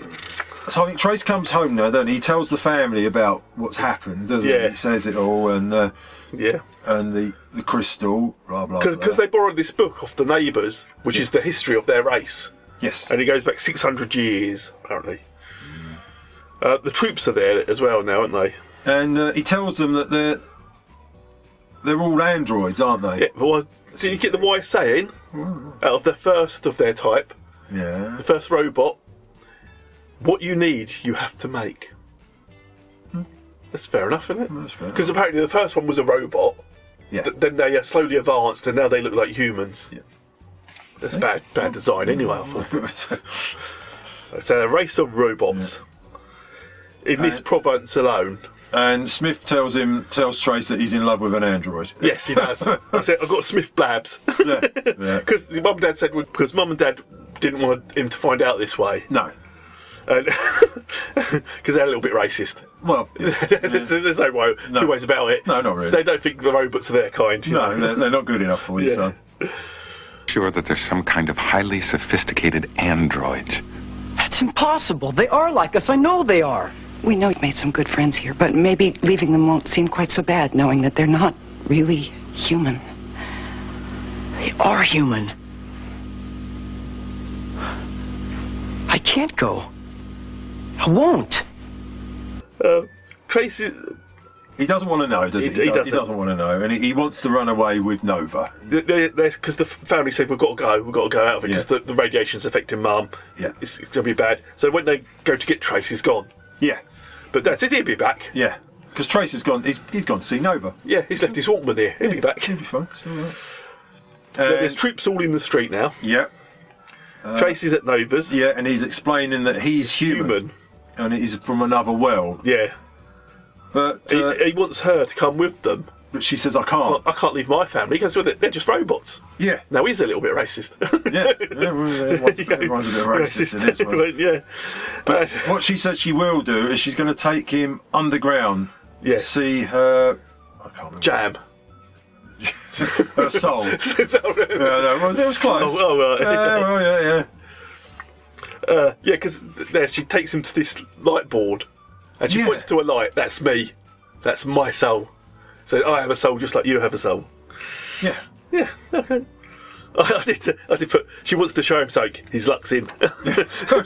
Speaker 4: So I think Trace comes home now, doesn't he? He tells the family about what's happened, doesn't
Speaker 3: Yeah.
Speaker 4: he? He says it all, and uh,
Speaker 3: yeah,
Speaker 4: and the the crystal, blah blah. blah.
Speaker 3: because they borrowed this book off the neighbours, which is the history of their race.
Speaker 4: Yes.
Speaker 3: And it goes back 600 years, apparently.
Speaker 4: Mm.
Speaker 3: Uh, the troops are there as well now, aren't they?
Speaker 4: And uh, he tells them that they're they're all androids, aren't they?
Speaker 3: Yeah, well, did you get the wise saying? Out of the first of their type,
Speaker 4: Yeah.
Speaker 3: the first robot, what you need, you have to make. Hmm. That's fair enough, isn't it? Because apparently the first one was a robot.
Speaker 4: Yeah.
Speaker 3: Th- then they uh, slowly advanced, and now they look like humans. Yeah. Oh. That's bad, bad design, anyway. I thought. it's a race of robots. In this province alone.
Speaker 4: And Smith tells him tells Trace that he's in love with an android.
Speaker 3: Yes, he does. I said, I've got Smith Blabs. Because the mum and dad said, because mum and dad didn't want him to find out this way.
Speaker 4: No.
Speaker 3: Because they're a little bit racist.
Speaker 4: Well,
Speaker 3: there's, there's no, way, two ways about it.
Speaker 4: No, not really.
Speaker 3: They don't think the robots are their kind. you
Speaker 4: No,
Speaker 3: know.
Speaker 4: they're, they're not good enough for you,
Speaker 3: Yeah.
Speaker 4: son.
Speaker 7: Sure that there's some kind of highly sophisticated androids.
Speaker 6: That's impossible. They are like us. I know they are.
Speaker 5: We know you've made some good friends here, but maybe leaving them won't seem quite so bad knowing that they're not really human.
Speaker 6: They are human. I can't go. I won't.
Speaker 3: Uh, Tracy.
Speaker 4: He doesn't want to know, does he?
Speaker 3: He- he
Speaker 4: does-
Speaker 3: doesn't.
Speaker 4: want to know, and he, he wants to run away with Nova.
Speaker 3: Because the family said, we've got to go, we've got to go out of it because the, the radiation's affecting mum.
Speaker 4: Yeah.
Speaker 3: It's, going to be bad. So when they go to get Trace, he's gone.
Speaker 4: Yeah,
Speaker 3: But that's it, he'll be back.
Speaker 4: yeah. Because Trace has gone. He's, he's gone to see Nova.
Speaker 3: Yeah, he's left his Walkman here. He'll be back. He'll
Speaker 4: be fine. It's all right.
Speaker 3: There's troops all in the street now.
Speaker 4: Yeah. Uh.
Speaker 3: Trace is at Nova's.
Speaker 4: Yeah, and he's explaining that he's human, and he's from another world.
Speaker 3: Yeah.
Speaker 4: But uh,
Speaker 3: he, he wants her to come with them.
Speaker 4: But she says, I can't.
Speaker 3: I can't leave my family because they're they're just robots.
Speaker 4: uh, Yeah.
Speaker 3: Now he's a little bit racist.
Speaker 4: yeah, yeah, well, everyone's, everyone's a bit racist in this one.
Speaker 3: yeah.
Speaker 4: But what she said she will do is she's going to take him underground to see her. I can't remember.
Speaker 3: Jam.
Speaker 4: her soul. yeah, no, well, it was close.
Speaker 3: Soul, oh, right.
Speaker 4: Yeah, well, yeah, yeah.
Speaker 3: Uh, yeah, because there she takes him to this light board, and she points to a light. That's me. That's my soul. So I have a soul just like you have a soul.
Speaker 4: Yeah.
Speaker 3: Yeah. Okay. I, I did. I did put. She wants to show him something. His luck's in.
Speaker 4: she,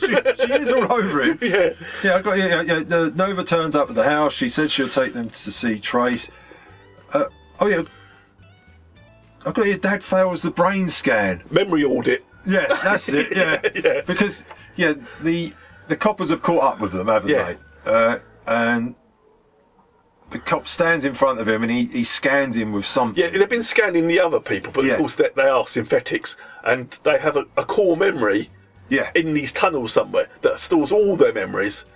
Speaker 4: she is all over him.
Speaker 3: Yeah.
Speaker 4: Yeah, I got yeah, yeah, yeah. the- Nova turns up at the house. She said she'll take them to see Trace. Uh, oh yeah. I got your dad fails the brain scan.
Speaker 3: Memory audit.
Speaker 4: Yeah, that's it. Yeah.
Speaker 3: yeah.
Speaker 4: Because yeah, the the coppers have caught up with them, haven't
Speaker 3: Yeah.
Speaker 4: they? Uh, and the cop stands in front of him and he, he scans him with something.
Speaker 3: Yeah, they've been scanning the other people, but
Speaker 4: Yeah.
Speaker 3: of course they, they are synthetics, and they have a, a core memory
Speaker 4: yeah.
Speaker 3: in these tunnels somewhere that stores all their memories.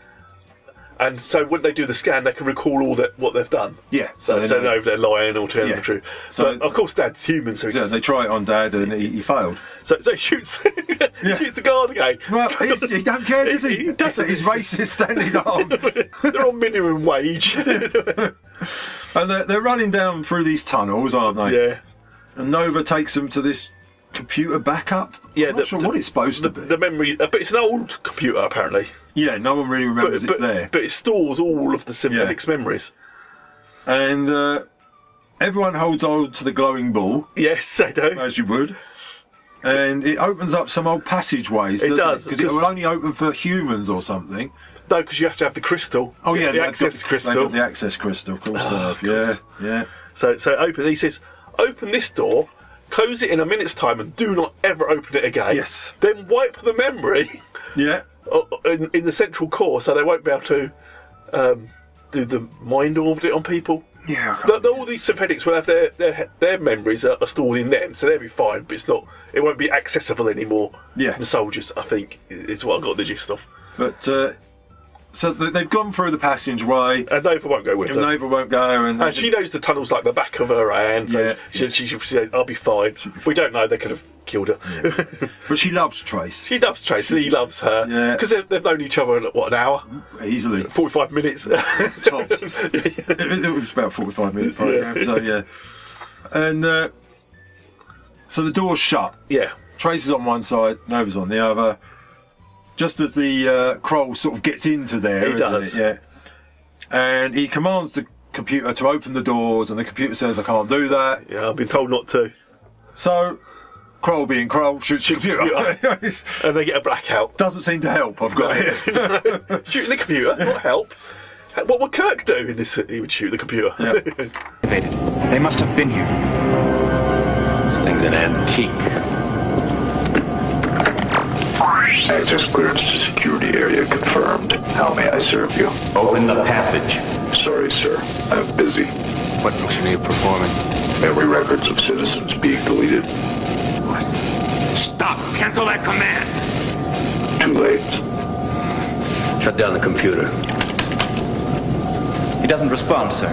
Speaker 3: And so when they do the scan, they can recall all that what they've done.
Speaker 4: Yeah, so
Speaker 3: So,
Speaker 4: they
Speaker 3: so they
Speaker 4: know-
Speaker 3: know if they're lying or telling
Speaker 4: Yeah.
Speaker 3: the truth.
Speaker 4: So-
Speaker 3: So but of course, Dad's human, so he
Speaker 4: Yeah,
Speaker 3: just-
Speaker 4: they try it on Dad and he, he failed.
Speaker 3: so, so he shoots. he shoots the guard again.
Speaker 4: Well, he's, he don't care, does he?
Speaker 3: He doesn't.
Speaker 4: He's racist and he's armed.
Speaker 3: They're on minimum wage.
Speaker 4: And they're, they're running down through these tunnels, aren't they?
Speaker 3: Yeah.
Speaker 4: And Nova takes them to this computer backup.
Speaker 3: Yeah,
Speaker 4: I'm not sure what it's supposed
Speaker 3: the,
Speaker 4: to be.
Speaker 3: The memory, uh, but it's an old computer apparently.
Speaker 4: Yeah, no one really
Speaker 3: But,
Speaker 4: remembers
Speaker 3: but,
Speaker 4: it's there.
Speaker 3: but it stores all of the Symphonic's memories.
Speaker 4: And uh, everyone holds on to the glowing ball.
Speaker 3: Yes, they do.
Speaker 4: As you would. And it opens up some old passageways.
Speaker 3: It
Speaker 4: doesn't
Speaker 3: does,
Speaker 4: Because it
Speaker 3: because-
Speaker 4: will only open for humans or something.
Speaker 3: No, because you have to have the crystal.
Speaker 4: Oh, yeah,
Speaker 3: the,
Speaker 4: they've got
Speaker 3: access
Speaker 4: the-
Speaker 3: crystal. Ah,
Speaker 4: they've got The access crystal, of course. they have, Yeah, yeah.
Speaker 3: So, so open. He says, open this door, close it in a minute's time, and do not ever open it again. Yes. Then wipe the memory
Speaker 4: Yeah.
Speaker 3: o- in, in the central core, so they won't be able to um, do the mind orbit on people.
Speaker 4: Yeah.
Speaker 3: The, the- all these synthetics will have their their, their memories are, are stored in them, so they'll be fine. But it's not. It won't be accessible anymore.
Speaker 4: Yeah.
Speaker 3: To the soldiers, I think, i- is what I got the gist of.
Speaker 4: But uh, so th- they've gone through the passageway.
Speaker 3: And Nova won't go with
Speaker 4: And
Speaker 3: them.
Speaker 4: Nova won't go. And,
Speaker 3: And she knows the tunnel's like the back of her hand, so
Speaker 4: Yeah.
Speaker 3: she, she, she said, I'll be fine. If we don't know, they could have killed her.
Speaker 4: but she loves Trace.
Speaker 3: she loves Trace, and he loves her.
Speaker 4: Yeah.
Speaker 3: Because they've, they've known each other, in, what, an hour?
Speaker 4: Easily.
Speaker 3: 45 minutes.
Speaker 4: it, it was about a 45 minute program,
Speaker 3: Yeah.
Speaker 4: so yeah. And uh, so the door's shut.
Speaker 3: yeah.
Speaker 4: Trace is on one side, Nova's on the other. Just as the uh, Kroll sort of gets into there,
Speaker 3: He
Speaker 4: isn't
Speaker 3: does.
Speaker 4: it? yeah. And he commands the computer to open the doors, and the computer says, "I can't do that."
Speaker 3: Yeah, I've been told not to.
Speaker 4: So, Kroll being Kroll shoots the computer,
Speaker 3: and they get a blackout.
Speaker 4: Doesn't seem to help. I've got here.
Speaker 3: Shooting the computer, not help. What would Kirk do in this? He would shoot the computer.
Speaker 6: They must have been here.
Speaker 12: This thing's an antique.
Speaker 15: Access clearance to security area confirmed. How may I serve you? Open the passage. Sorry, sir. I'm busy. What function are you performing? Memory records of citizens being deleted.
Speaker 12: Stop! Cancel that command!
Speaker 15: Too late.
Speaker 12: Shut down the computer.
Speaker 16: He doesn't respond, sir.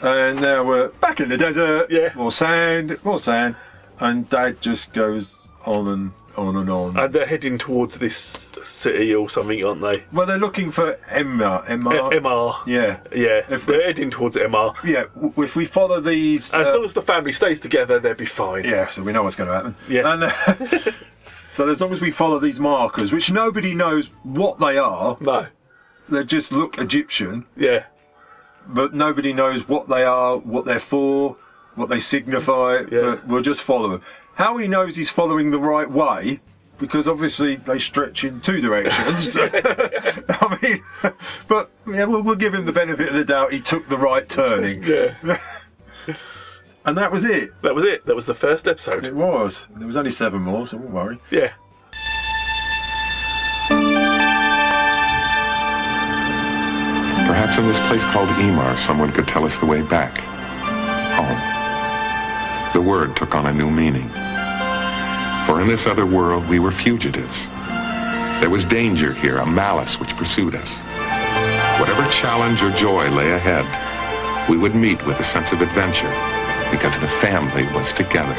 Speaker 4: And now we're back in the desert. Yeah. More sand, more sand. And Dad just goes on and on and on.
Speaker 3: And Uh, they're heading towards this city or something, aren't they?
Speaker 4: Well, they're looking for MR. MR.
Speaker 3: Eh, MR.
Speaker 4: Uh, Yeah.
Speaker 3: Yeah, they're heading towards MR.
Speaker 4: Yeah, w- if we follow these.
Speaker 3: As
Speaker 4: uh,
Speaker 3: long as the family stays together, they'll be fine.
Speaker 4: Yeah, so we know what's going to happen. Yeah. And, uh, so as long as we follow these markers, which nobody knows what they are.
Speaker 3: No.
Speaker 4: They just look Egyptian,
Speaker 3: Yeah.
Speaker 4: but nobody knows what they are, what they're for, what they signify. But we'll just follow them. How he knows he's following the right way, because obviously they stretch in two directions. I mean, but yeah, we'll, we'll give him the benefit of the doubt. He took the right turning.
Speaker 3: Yeah.
Speaker 4: And that was it.
Speaker 3: That was it. That was the first episode.
Speaker 4: It was. There was only seven more, so don't worry.
Speaker 3: Yeah.
Speaker 7: Perhaps in this place called Emar, someone could tell us the way back. Home. The word took on a new meaning. For in this other world, we were fugitives. There was danger here, a malice which pursued us. Whatever challenge or joy lay ahead, we would meet with a sense of adventure because the family was together.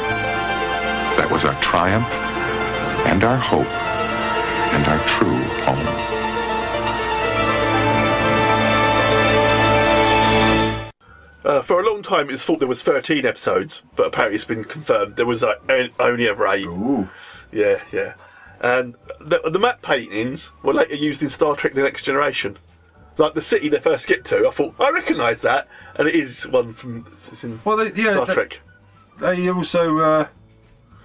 Speaker 7: That was our triumph and our hope and our true home.
Speaker 3: Uh, for a long time, it was thought there was 13 episodes, but apparently it's been confirmed there was like, on- only ever eight.
Speaker 4: Ooh.
Speaker 3: Yeah, yeah. And the, the map paintings were later used in Star Trek: The Next Generation. Like the city they first get to, I thought I recognise that, and it is one from it's in
Speaker 4: well, yeah,
Speaker 3: Star
Speaker 4: they-
Speaker 3: Trek.
Speaker 4: They also uh,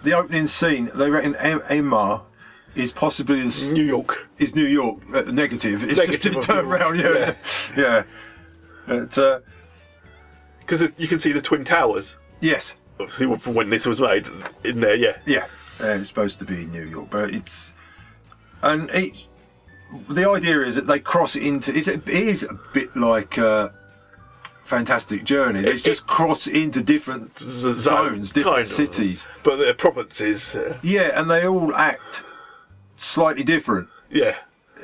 Speaker 4: the opening scene. They reckon M- MR is possibly New
Speaker 3: York.
Speaker 4: Is New York uh, negative? It's
Speaker 3: Negative
Speaker 4: just
Speaker 3: of
Speaker 4: turned
Speaker 3: York,
Speaker 4: around. Yeah, yeah. uh, Because
Speaker 3: you can see the twin towers.
Speaker 4: Yes.
Speaker 3: Obviously, from when this was made, in there, yeah.
Speaker 4: Yeah. Uh, it's supposed to be New York, but it's and each. The idea is that they cross into. It's, it is a bit like. Uh, Fantastic journey. They just cross into different
Speaker 3: Z-
Speaker 4: zones, different
Speaker 3: kind of.
Speaker 4: cities.
Speaker 3: but the provinces. Uh,
Speaker 4: Yeah, and they all act slightly different.
Speaker 3: yeah,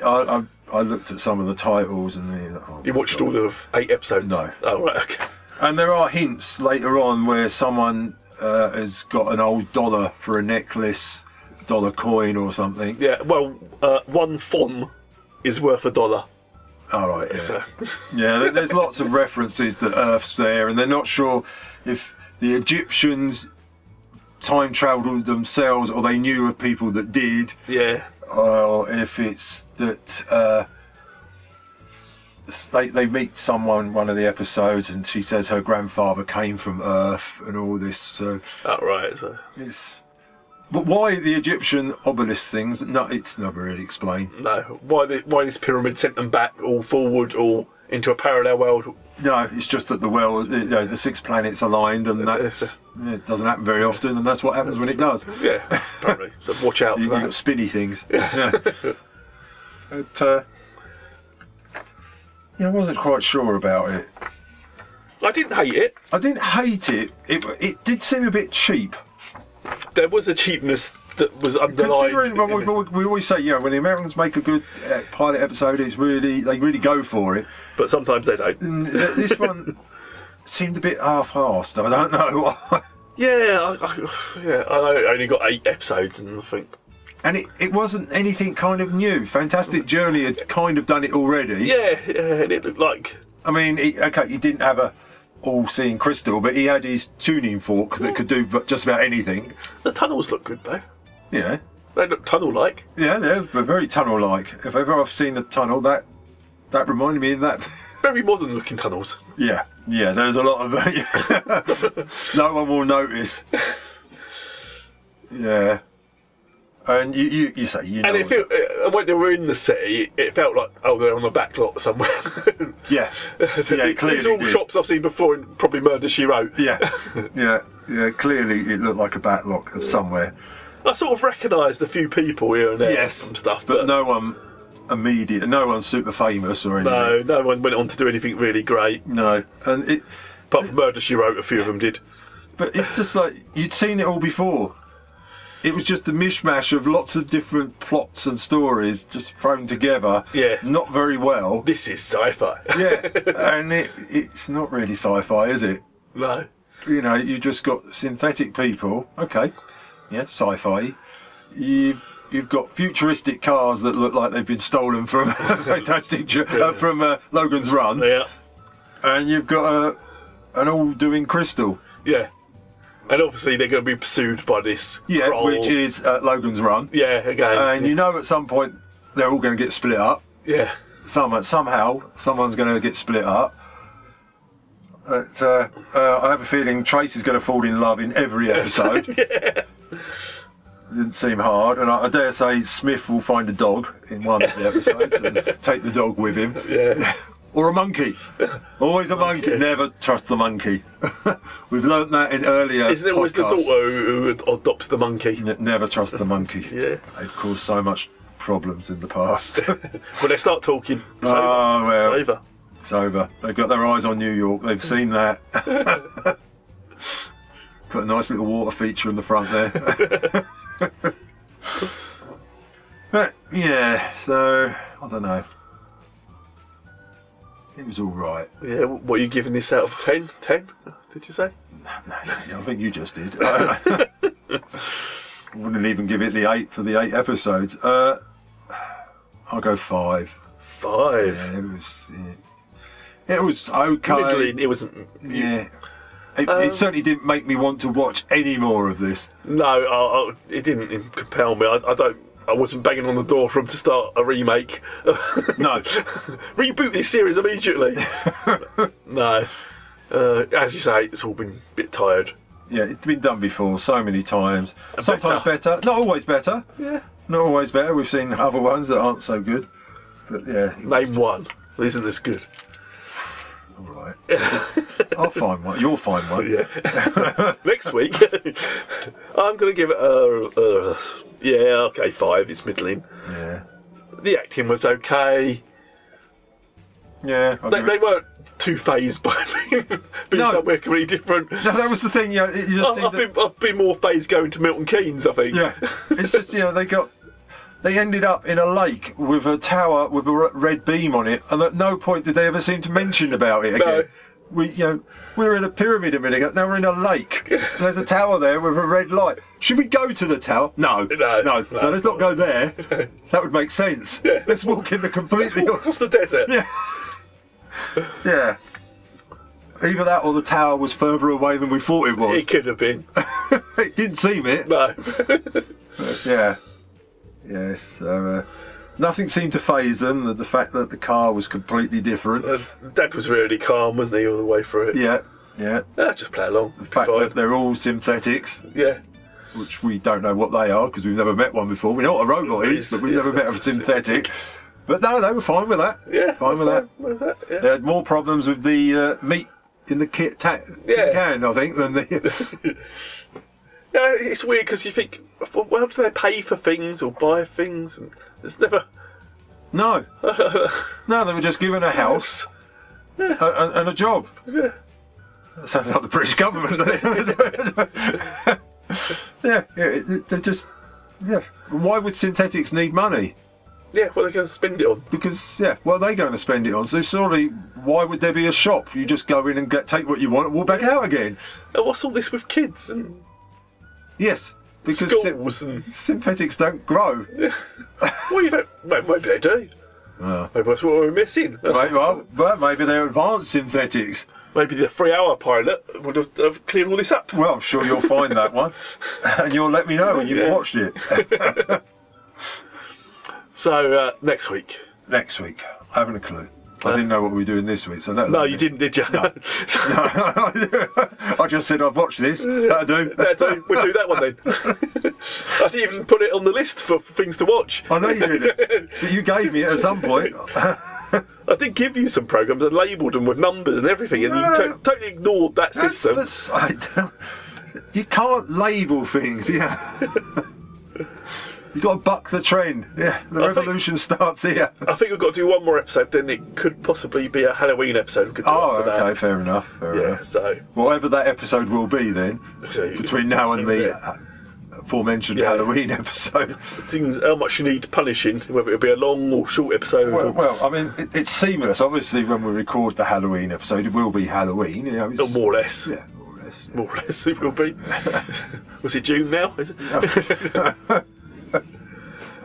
Speaker 4: I, I, I looked at some of the titles and you know, oh
Speaker 3: you
Speaker 4: my
Speaker 3: watched
Speaker 4: God.
Speaker 3: all of eight episodes. No. Oh right, okay.
Speaker 4: And there are hints later on where someone uh, has got an old dollar for a necklace, dollar coin or something.
Speaker 3: Yeah, well, uh, one fon is worth a dollar.
Speaker 4: All right. Yeah.
Speaker 3: So-
Speaker 4: yeah, there- there's lots of references that Earth's there, and they're not sure if the Egyptians time traveled themselves or they knew of people that did.
Speaker 3: Yeah.
Speaker 4: or if it's that uh, s- they, they meet someone one of the episodes and she says her grandfather came from Earth and all this. So,
Speaker 3: Oh right, so
Speaker 4: it's, but why the Egyptian obelisk things? No, it's never really explained.
Speaker 3: no. Why the, why this pyramid sent them back or forward or into a parallel world?
Speaker 4: No, it's just that the well, you know, the six planets aligned, and that's, yeah, it doesn't happen very often, and that's what happens when it does.
Speaker 3: Yeah, apparently. so watch out
Speaker 4: You,
Speaker 3: for
Speaker 4: you got
Speaker 3: that.
Speaker 4: spinny things. Yeah. But, uh, yeah, I wasn't quite sure about it.
Speaker 3: I didn't hate it.
Speaker 4: I didn't hate it. It it did seem a bit cheap.
Speaker 3: There was a cheapness that was underlined.
Speaker 4: Considering what we,
Speaker 3: in it.
Speaker 4: we, we always say, you know, when the Americans make a good uh, pilot episode, it's really they really go for it.
Speaker 3: But sometimes they don't.
Speaker 4: this one seemed a bit half-assed. I don't know. why.
Speaker 3: Yeah, I, I, yeah. I know it only got eight episodes, and I think
Speaker 4: And it, it wasn't anything kind of new. Fantastic Journey had kind of done it already.
Speaker 3: Yeah, yeah, and it looked like.
Speaker 4: I mean, he, okay, he didn't have a all-seeing crystal, but he had his tuning fork that could do bu- just about anything.
Speaker 3: The tunnels look good though.
Speaker 4: Yeah,
Speaker 3: They look tunnel-like.
Speaker 4: yeah, they're they're very tunnel-like. If ever I've seen a tunnel, that that reminded me of that.
Speaker 3: Very modern-looking tunnels.
Speaker 4: Yeah, yeah. There's a lot of no one will notice. Yeah, and you you, you say you know.
Speaker 3: and it felt, uh, when they were in the city, it felt like oh they're on a back lot somewhere.
Speaker 4: yeah, yeah. Clearly,
Speaker 3: These are all
Speaker 4: did.
Speaker 3: shops I've seen before in probably Murder She Wrote.
Speaker 4: Yeah, yeah, yeah. Clearly, it looked like a backlog of somewhere.
Speaker 3: I sort of recognised a few people here and there. Yes, some stuff,
Speaker 4: but, no one immediate, no one super famous or anything.
Speaker 3: No, no one went on to do anything really great.
Speaker 4: No, and it.
Speaker 3: Apart from Murder She Wrote, a few of them did.
Speaker 4: But it's just like you'd seen it all before. It was just a mishmash of lots of different plots and stories just thrown together.
Speaker 3: Yeah.
Speaker 4: Not very well.
Speaker 3: This is sci-fi.
Speaker 4: yeah, and it, it's not really sci-fi, is it?
Speaker 3: No.
Speaker 4: You know, you just got synthetic people. Okay. Yeah, sci-fi. You've you've got futuristic cars that look like they've been stolen from Fantastic Ju- uh, from uh, Logan's Run.
Speaker 3: Yeah.
Speaker 4: And you've got a an all-doing crystal.
Speaker 3: Yeah. And obviously they're going to be pursued by this.
Speaker 4: Yeah,
Speaker 3: Kroll.
Speaker 4: which is uh, Logan's Run.
Speaker 3: Yeah, again.
Speaker 4: And you know, at some point, they're all going to get split up.
Speaker 3: Yeah.
Speaker 4: Some, somehow, someone's going to get split up. But uh, uh, I have a feeling Tracy's going to fall in love in every episode. Didn't seem hard, and I, I dare say Smith will find a dog in one of the episodes and take the dog with him.
Speaker 3: Yeah.
Speaker 4: Or a monkey. Always a monkey. Never trust the monkey. We've learnt that in earlier.
Speaker 3: Isn't it always the
Speaker 4: podcasts.
Speaker 3: daughter who, who adopts the monkey?
Speaker 4: N- never trust the monkey.
Speaker 3: Yeah.
Speaker 4: They've caused so much problems in the past.
Speaker 3: When they start talking, it's
Speaker 4: Oh,
Speaker 3: over.
Speaker 4: well.
Speaker 3: It's over.
Speaker 4: it's over. They've got their eyes on New York. They've seen that. Put a nice little water feature in the front there. but yeah, so I don't know. It was all right.
Speaker 3: Yeah, what are you giving this out of 10? 10, did you say?
Speaker 4: Yeah, I think you just did. I wouldn't even give it the eight for the eight episodes. Uh, I'll go five.
Speaker 3: Five.
Speaker 4: Yeah, it was. Yeah. It was okay.
Speaker 3: Middling, it wasn't.
Speaker 4: Yeah. It,
Speaker 3: Um,
Speaker 4: it certainly didn't make me want to watch any more of this.
Speaker 3: No, I, I, it didn't compel me. I, I don't. I wasn't banging on the door for him to start a remake.
Speaker 4: no.
Speaker 3: Reboot this series immediately. no. Uh, as you say, it's all been a bit tired.
Speaker 4: Yeah, it's been done before so many times. Sometimes better. not always better.
Speaker 3: Yeah.
Speaker 4: Not always better. We've seen other ones that aren't so good. But yeah,
Speaker 3: Name one. Isn't this good?
Speaker 4: all right. I'll find one. You'll find one.
Speaker 3: Yeah. Next week, I'm going to give it a, a. Yeah, okay, five. It's middling.
Speaker 4: Yeah.
Speaker 3: The acting was okay.
Speaker 4: Yeah. I'll
Speaker 3: They,
Speaker 4: give
Speaker 3: they
Speaker 4: it-
Speaker 3: weren't too phased by being, being somewhere completely different.
Speaker 4: No, that was the thing. Yeah, it- you just
Speaker 3: I've,
Speaker 4: seemed
Speaker 3: I've been, I've been more phased going to Milton Keynes, I think.
Speaker 4: Yeah, it's just you know they got they ended up in a lake with a tower with a re- red beam on it, and at no point did they ever seem to mention about it again.
Speaker 3: No.
Speaker 4: We you know we were in a pyramid a minute ago. Now we're in a lake. There's a tower there with a red light. Should we go to the tower? No, no, no.
Speaker 3: no.
Speaker 4: let's not go there. That would make sense.
Speaker 3: Yeah.
Speaker 4: Let's walk in the completely.
Speaker 3: Across the desert.
Speaker 4: Yeah. yeah. Either that or the tower was further away than we thought it was.
Speaker 3: It could have been.
Speaker 4: it didn't seem it.
Speaker 3: No.
Speaker 4: Yeah. Yes. So, uh, nothing seemed to phase them. The, the fact that the car was completely different.
Speaker 3: Uh, Dad was really calm, wasn't he, all the way through it?
Speaker 4: yeah. Yeah.
Speaker 3: Ah, just play along.
Speaker 4: The fact that they're all synthetics,
Speaker 3: Yeah.
Speaker 4: which we don't know what they are because we've never met one before. We know what a robot is, but we've never met a synthetic. But no, they were fine with that.
Speaker 3: Yeah.
Speaker 4: Fine with that.
Speaker 3: What is that?
Speaker 4: They had more problems with the uh, meat in the kit ta- tin
Speaker 3: Yeah.
Speaker 4: can, I think, than the.
Speaker 3: Yeah, it's weird because you think, well, how do they pay for things or buy things? And it's never.
Speaker 4: no. No, they were just given a house and, and, and a job.
Speaker 3: Yeah.
Speaker 4: That sounds like the British government. doesn't it? yeah, yeah, it- it- they're just. Yeah. Why would synthetics need money?
Speaker 3: Yeah, what are they going to spend it on?
Speaker 4: Because, yeah, what are they going to spend it on? So, surely, why would there be a shop? You just go in and get, take what you want and walk back out again.
Speaker 3: And what's all this with kids? And
Speaker 4: Yes. because syn- synthetics don't grow.
Speaker 3: well, you don't. may- Maybe they do. Maybe that's what we're missing.
Speaker 4: Ah. Right, well, but maybe they're advanced synthetics.
Speaker 3: Maybe the three-hour pilot would have, have cleared all this up.
Speaker 4: Well, I'm sure you'll find that one, and you'll let me know when you've
Speaker 3: Yeah.
Speaker 4: watched it.
Speaker 3: So uh, next week.
Speaker 4: Next week, I haven't a clue. I didn't know what we were doing this week, so that
Speaker 3: Uh. No, you didn't, did you? No.
Speaker 4: I just said I've watched this. That'll do.
Speaker 3: That'll do. We'll do that one then. I didn't even put it on the list for things to watch.
Speaker 4: I know you did, but you gave me it at some point.
Speaker 3: I did give you some programs and labelled them with numbers and everything, and you to- totally ignored that system.
Speaker 4: That's- I don't- you can't label things, yeah. you got to buck the trend. Yeah, the revolution starts here.
Speaker 3: I think we've got to do one more episode, then it could possibly be a Halloween episode. We could do
Speaker 4: Oh,
Speaker 3: after that.
Speaker 4: okay, fair enough. Fair
Speaker 3: Yeah,
Speaker 4: enough.
Speaker 3: so.
Speaker 4: Whatever that episode will be then, between now and the uh, aforementioned Halloween episode.
Speaker 3: Things, how much you need punishing, whether it'll be a long or short episode.
Speaker 4: Well, well, I mean, it, it's seamless. Obviously, when we record the Halloween episode, it will be Halloween. You know, it's,
Speaker 3: more or less.
Speaker 4: Yeah,
Speaker 3: more or less. More or less, it will be. Was it June now? Is it?